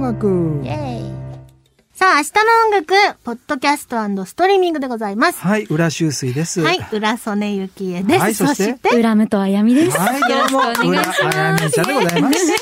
楽イェイさあ、明日の音楽、ポッドキャストストリーミングでございます。はい、浦修水です。はい、浦曽根ゆきえです。はいそそししてて、浦武とあやみです。はい、どうよろしくも、お願い浦しますあやみちゃんでございます。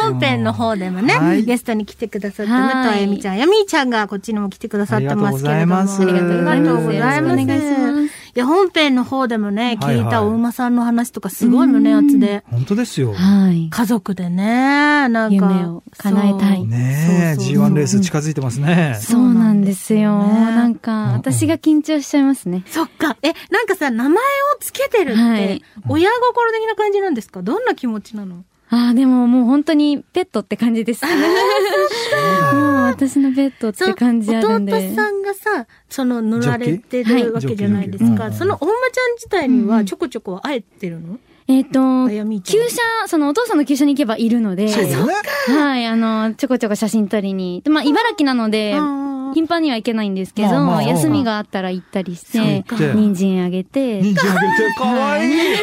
本編の方でもね、はいゲストに来てくださって、は武藤あやいみちゃん、あやみちゃんがこっちにも来てくださってますけれども。ありがとうございますありがとうございます。よろしくお願いしますいや、本編の方でもね、はい聞いたはいお馬さんの話とかすごい胸熱で、本当ですよ。はい。家族でね、なんか。夢を叶えたいねえ、そうそうそう G1 レース近づいてますね。そうなんですよ。そうななんんか、私が緊張しちゃいますね。そっか。え、なんかさ、名前をつけてるって、はい親心的な感じなんですかどんな気持ちなのああ、でももう本当にペットって感じです。もう私のペットっそてう感じあるんで。弟さんがさ、その乗られてジョッキるわけじゃないですはか。いそのお馬ちゃん自体にうはんちょこちょこ会えてるのえっとあ、やみちゃん。旧車、そのお父さんの旧車に行けばいるので、そうだね。はい、あの、ちょこちょこ写真撮りに。でまあ、茨城なので、あー頻繁には行けないんですけど、まあまあ休みがあったら行ったりしそう行てって、人参あげて、人参あげて、かわいい。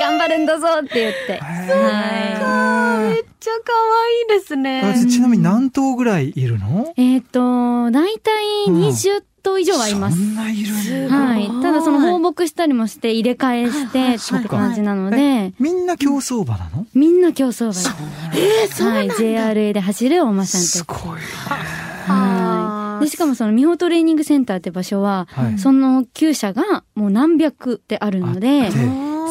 頑張るんだぞって言って。はめっちゃ可愛いですあね。ちなみに何頭ぐらいいるのい。えっ、と、だいたい20頭以上はいます。そんないるんだはい。すごいただその放牧したりもして入れ替えしてそっうてか感じなのえで、みんな競走馬なのみんな競走馬です。えー、そうはなんい。だ。 JRA で走るお馬さんたち。すごい。あはーい。で、しかもその美穂トレーニングセンターって場所は、はいその厩舎がもう何百ってあるので、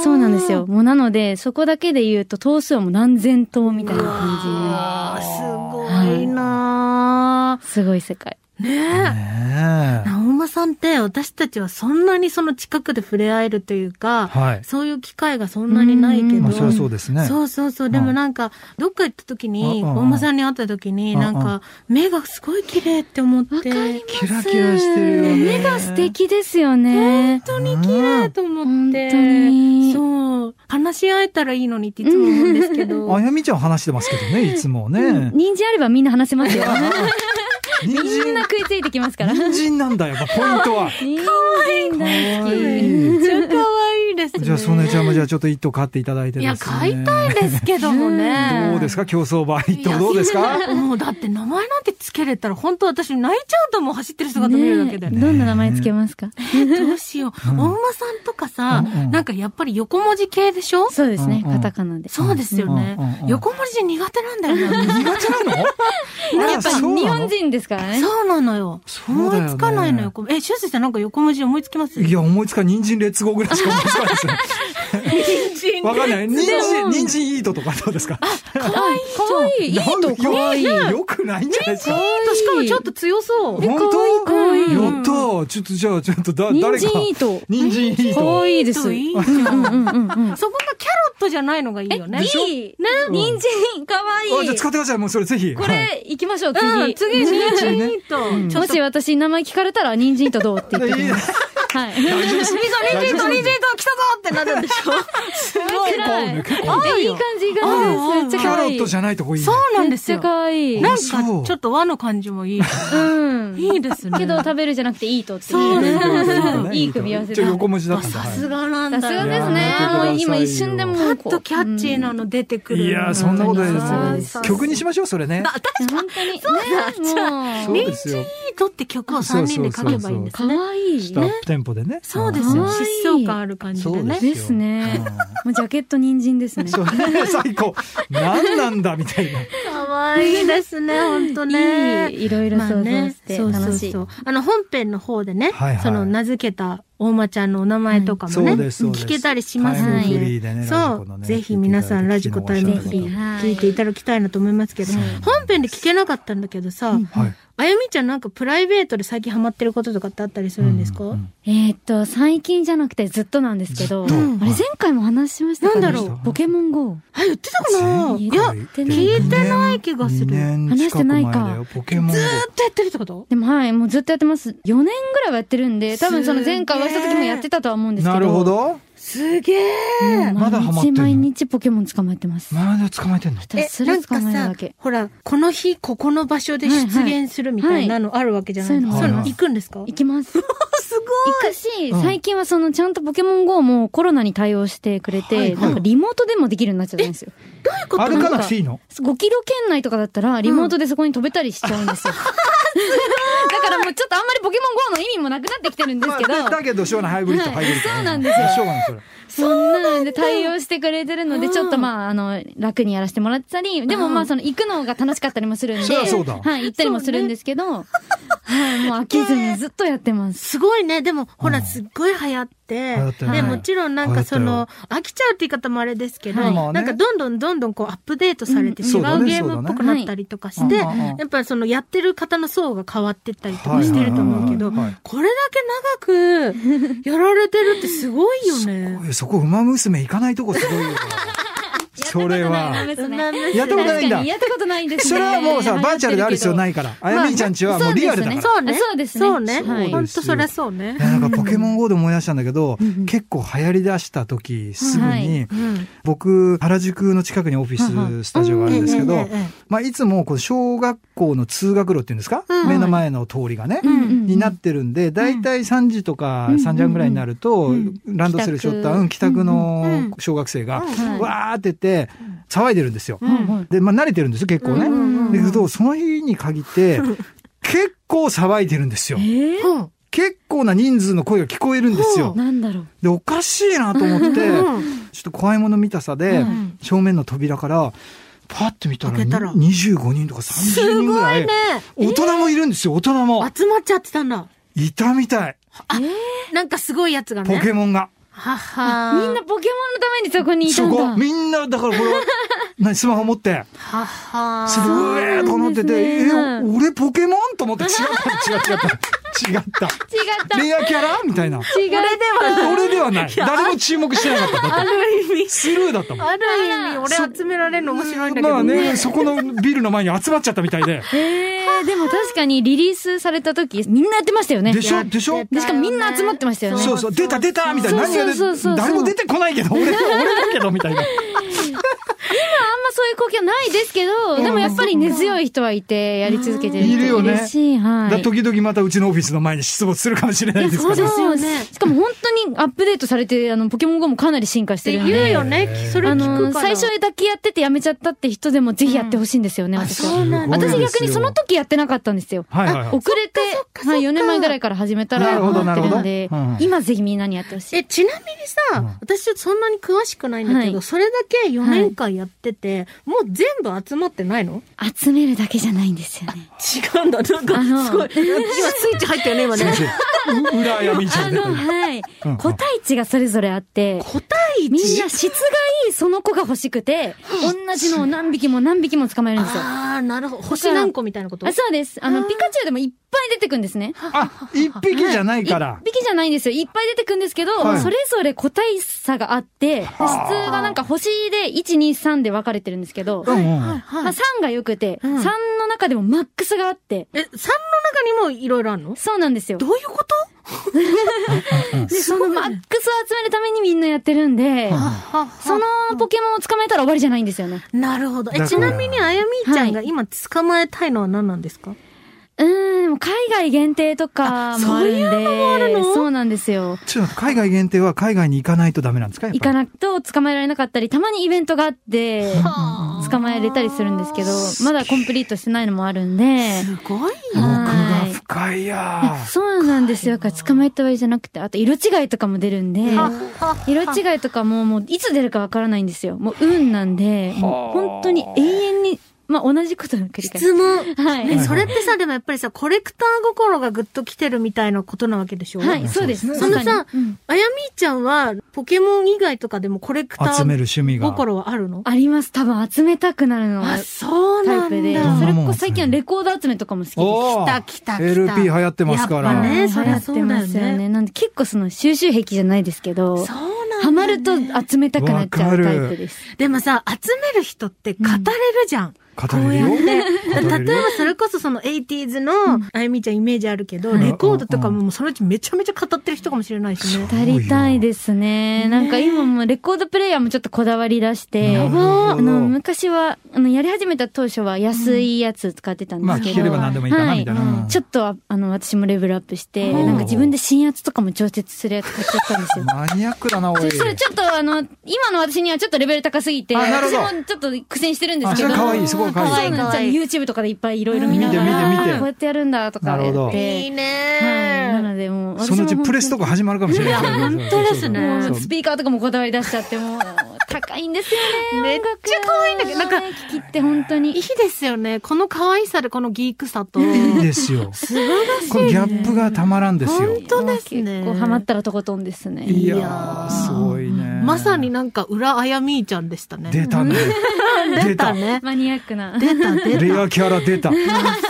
そうなんですよ。。もうなので、そこだけで言うと頭数はもう何千頭みたいな感あーすごいなじ。すごい世界。ーねえ。ねえなおまさんって私たちはそんなにその近くで触れ合えるというか、はい。そういう機会がそんなにないけど、まあ、そりゃそうですね。そうそうそう。でもなんか、どっか行った時に、うんうんうん大間さんに会った時に、なんうんうか、目がすごい綺麗って思って。わかります。キラキラしてるよね目が素敵ですよね。本当に綺麗と思って。うん本当にそう。話し合えたらいいのにっていつも思うんですけど。あやみちゃん話してますけどね、いつもね。人参あればみんな話せます よ。 人みんな参、食いついてきますから。人参なんだよ、やっぱポイントは。人参大好可愛き。めっちゃ可愛いですね。じゃあ、ソネちゃんもじゃあちょっと一頭買っていただいていですね。や、買いたいですけどもね。どうですか競走馬一頭どうですか もうだって名前なんてつけれたら本当私泣いちゃうと思う走ってる姿見るだけで。ねえどんな名前つけますかどうしよう。うんお馬さんとかさ、うんうんなんかやっぱり横文字系でしょそうですね。うんうんカタカナで。そうですよねうんうんう。ん横文字苦手なんだよ な。苦手なのやっぱ日本人人ですからね。そうなのよ。そう思だよねいつかないのよ。え、シューズさんなんか横文字思いつきますいや、思いつかない人参レッツゴーぐらいしか思いつかないです ね。わかんない。人でも参、人参イートとかどうですかかわいい。かわいい。いいとかわいい。よくないんじゃないですかしかもちょっと強そう。本当かわいいかわいいやったーちょっとじゃあ、ちょっとだ、誰人か。参いいと。人参イーかわト。いいで す。いいうんうんうんうん。そこがキャロットじゃないのがいいよね。いい。人参かわあいじゃあ使ってください、もうそれぜひ。こはいれ、行きましょう、うん、次、次。人参いいと。ちょもっとし私名前聞かれたら、人参とどうって言ってきます。は大い。丈夫です。人参と大丈夫人参でとす来たぞってなるんでしょ辛い。えいい感じ、いい感キじです。めっちゃャ可ロ愛い。ットじゃないとこいいね。そうなんめでっすちゃよ。可愛い。なんそうか、ちょっと和の感じもいい。うん。いいですね。けど食べるじゃなくていいとってそいううねね。いい組み合わせちょっとだ。さ横文字だったんださはいすがなんだすがねですねや。めてくださいよもう今一瞬でもうパこう。ッとキャッチーなの出てくる。いやーそんなことでそうですすもう曲にしましょうそれね。うん。本当に。ねも。そううですよ。いいとって曲を3人で書けばいいんですかね。わいい。アップテンポでね。そうですよ。可愛い疾走感ある感じでそうでねす。よですね。もうジャケット人参ですね。そう最高。何なんだみたいな。可愛いですね、ほんといね。い。いろいろまあ想像ねしてそうそう楽しい。そうあの、本編の方でねはいは、いその名付けた大間ちゃんのお名前とかもね、うんそうですそうです聞けたりしますのタイムフリーでねラジそコのう、ねぜひ皆さんラジコタイムフリぜーひはい聞いていただきたいなと思いますけど、そう本編で聞けなかったんだけどさ、はい。あやみちゃんなんかプライベートで最近ハマってることとかってあったりするんですか、ううんえーっと、最近じゃなくてずっとなんですけど、あずれっとはい前回も話しましたかねなんだろうポケモン GO。あ、言ってたかない前前回や、ず回ーっ言って聞いてない気がする二年近く前だよ話してない。ポケモン GO。とやってるってことでもはい、もうずっとやってます。4年ぐらいはやってるんで、多分その前回お会いした時もやってたとは思うんですけど。なるほ。ど。すげえ。まだハ毎マって日んの毎日ポケモン捕まえてます。まだ捕まえてんのひたすら捕まえるわけ。ほら、この日、ここの場所で出現するみたいなのあるわけじゃないですか。はいはいそういうの行くんですか行きます。行すごいくし、うん最近はそのちゃんとポケモン GO もコロナに対応してくれて、はいはいなんかリモートでもできるようになっちゃったんですよ。歩かなくていいの5キロ圏内とかだったら、リモートでそこに飛べたりしちゃうん ですよ。だからもうちょっとあんまりポケモン GO の意味もなくなってきてるんですけど、まあだけど、しょうがないハイブリッド、ハはイいブリッドね。 そうなんですよしょうがない、それ。そんなんで対応してくれてるので、ちょっとまあ、あの、楽にやらせてもらったり、でもまあ、その、行くのが楽しかったりもするんで、そりゃそうだはい、行ったりもするんですけど、はい、もう飽きずにずっとやってます。すごいね。でも、ほうら、んすっごい流行って流行った。よで、ねもちろんなんかそ流行の、飽きちゃうって言い方もあれですけど、まあまあねなんかどんどんどんどんこうアップデートされてうん違そうだうねゲームっぽくなったりとかして、そうだねはいやっぱそのやってる方の層が変わってったりとかしてると思うけど、はいはいはいはいこれだけ長くやられてるってすごいよね。おいそこ、馬娘行かないとこすごいよ。それは。やったことうないまダメですねむすやったことないん確だかにやったことないんですね。。それはもうさ、バーチャルである必要ないいから。あやみーちゃんちはもうリアルだかまあら。そうね。そうですねそうね。はいほんとそりゃそうねい。やなんかポケモン GO で思い出したんだけどうんうん、結構流行り出した時、すぐに、うん。僕、原宿の近くにオフィス、スタジオがあるんですけど、まあ、いつもこう小学校の通学路っていうんですか、うん目の前の通りがね、うんうん。になってるんで、だいたい3時とか3時半ぐらいになると、うんランドセルしょった、帰宅うん、帰宅のうん小学生が、うんわーって言って、騒いでるんですよ。はいはいで、まあ、慣れてるんですよ、結構ね。うんうんうんだけど、その日に限って、結構騒いでるんですよ。えーうん結構な人数の声が聞こえるんですよ。なんだろう。で、おかしいなと思って、うんちょっと怖いもの見たさで、うん正面の扉から、パッて見たら開けたら25人とか30人ぐらい。ね大人もいるんですよ、大人も。集まっちゃってたんだ。いたみたい。なんかすごいやつがポね。ケモンが。ははみんなポケモンのためにそこにいたそんこ、だ。みんな、だからこれ、何、スマホ持って、ははすごいと思ってて、そうえ、なんですね俺ポケモンと思って違った、違った、違った。違っ 違った。た。レアキャラみたいな。違った。俺ではない。誰も注目してなかった。だあってる意味、スルーだったもん。ある意味、俺集められるの面白いんだけまあどね。ね、そこのビルの前に集まっちゃったみたいで。えー、でも確かにリリースされた時、みんなやってましたよね。でしょでしょでしかもみんな集まってましたよねそうそう、出た出たみたいな。何が出そうそうそうそう誰も出てこないけ ど、俺、俺だけど、みたいな。あんまそういう光景はないですけど、でもやっぱり根強い人はいて、やり続けてるいるよね嬉しい、はだい。時々またうちのオフィスの前に出没するかもしれないですから。すよね。しかも本当にアップデートされて、あの、ポケモン GO もかなり進化しっててるん言うで。よね。それあ聞くの、か最ら。初だけやっててやめちゃったって人でもぜひやってほしいんですよね、私は。なんだ私逆にその時やってなかったんですよ。はいはいはいあ遅れて、はい、4年前ぐらいから始めたなら、るほどハマってるんでなるほどうん、今ぜひみんなにやってほしい。え、ちなみにさ、うん私ちょっとそんなに詳しくないんだけど、はいそれだけ4年間やってて、もう全部集まってないの集めるだけじゃないんですよね。 違うんだ。なんあのか、すごい。今スイッチ入ったよね、今ね。先生、う裏闇じゃあん。の、はいうん。個体値がそれぞれあって、個体みんな質がいいその子が欲しくて、同じのを何匹も何匹も捕まえるんですよ。ああ、なるほど。星何個みたいなことあそうです。あの、ピカチュウでもいっぱい出てくんですね。あ、一匹じゃないから一。匹じゃないんですよ。いっぱい出てくんですけど、はいそれぞれ個体差があって、質がなんか星で1、2、3で分かれてるんですけど、うんうんはいはいまあ、3が良くて、うん3の中でもマックスがあって、え、3の中にもいろいろあるのそうなんですよ。どういうことで、そのマックスを集めるためにみんなやってるんで、そその、のポケモンを捕まえたら終わりじゃないんですよね。なるほど。だかえ、らちなみにあやみーちゃんがは今捕まえたいのは何なんですかうーん、でも海外限定とかもあるんで。そうそうなんですよ。ちょっと海外限定は海外に行かないとダメなんですかやっぱり行かなくと捕まえられなかったり、たまにイベントがあって、捕まえれたりするんですけど、まだコンプリートしてないのもあるんで。すごい僕がはい深いやそうなんですよ。だから捕まえた場合じゃなくて、あと色違いとかも出るんで、色違いとかももういつ出るかわからないんですよ。もう運なんで、もう本当に永遠に、まあ同じことの繰り返し。質問。はい。え、それってさ、でもやっぱりさ、コレクター心がぐっと来てるみたいなことなわけでしょはい、そうでそす。のさまさにうん、あやみーちゃんは、ポケモン以外とかでもコレクタ集めーる趣味が。心はあるのあります。多分集めたくなるのがあ、そうなタイプんで。んそだ。れこそ最近はレコード集めとかも好きです。来おーた来た来た LP 流行ってますかやっぱら。ねはいそりゃそうだよね流行ってますよね。なんで結構その収集癖じゃないですけど、そうなんだ。ハマると集めたくなっちゃわかうるタイプです。でもさ、集める人って語れるじゃん。語れる よこうやって。例えばそれこそその 80s のうんあゆみちゃんイメージあるけど、はいレコードとかももうそのうちめちゃめちゃ語ってる人かもしれないしね。語りたいですね。なんかねえ今もレコードプレイヤーもちょっとこだわり出して、なるほどあの、昔は、あの、やり始めた当初は安いやつ使ってたんでまあすけ聞ど、ければ何でもいいかなみたいな、はいうんちょっとあ、あの、私もレベルアップして、うんなんか自分で新圧とかも調節するやつ買っちゃったんですよ。マニアックだなおいそそれちょっとあの、今の私にはちょっとレベル高すぎて、あなるほ私どもちょっと苦戦してるんですけど。あそれ可愛いすごい可愛いそうなんですよ YouTube とかでいっぱいいろいろ見な見がて見て見ら、てこうやってやるんだとかやなるほっどて。はい。なねのでもう、そのうちプレスとか。か始まるかもしれないいや本当ですねもそううスピーカーとかもこだわり出しちゃって、 もう、高いんですよね。めっちゃ可愛いんだけどなんか音楽のね聞きって本当いいに。ですよね。この可愛さでこのギークさと。いいですよこのギャップがたまらんですよ本当ですね結構ハマったらとことんですね。いやいやーーすごいねまさになんか裏あやみーちゃんでしたね。出たね出たね。マニアックな。出た、出レアキャラ出たた。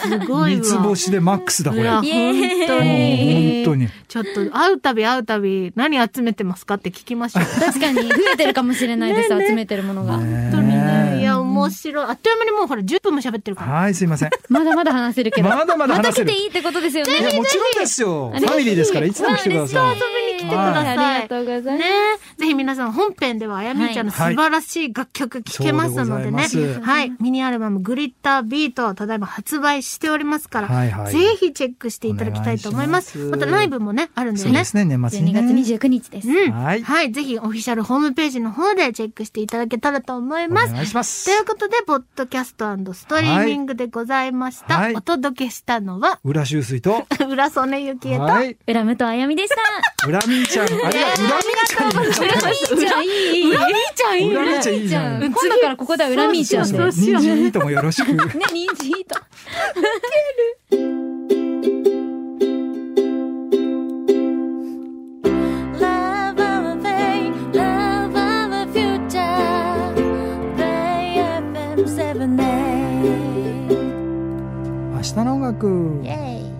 すごいわ。三つ星でマックスだこいれやもうイエー本イ当本に。当にちょっと会うたび会うたび何集めてますかって聞きましょう。確かに、増えてるかもしれないです、集めてるものが。本ね当にね。いや、面白い。あっという間にもうほら、10分も喋ってるから。はいすいませんまだまだ話せるけど。まだまだ話せるまた来ていいってことですよね。いやもちろんですよファミリーですからいつでも来てください遊び来てにくださいありがとうございます。ねぜひ皆さん本編ではあやみーちゃんの素晴らしい楽曲聴けますのでね。ははいそうでございい。ミニアルバムグリッタービートをただいま発売しておりますから、はいはいぜひチェックしていただきたいと思います。お願いしまますたライブもね、あるんだそようねで。すね年末に12ね月29日です。うん。ははいい、ぜひオフィシャルホームページの方でチェックしていただけたらと思いおます。願いしますということで、ポッドキャストストリーミングでございました。はいはおい届けしたのは、 裏修水と浦曽根ゆきえと、はい浦ムとあやみでした。裏みーちゃんあれ裏みーちゃんになっちゃったいい。浦みーちゃんいい浦みーちゃんいいじゃん今度からここでは浦みーちゃんで。そねう、人参ともよろしく。人参いいと。 Love our pain, love our future. Bay FM 78. 明日の音楽。 Yay.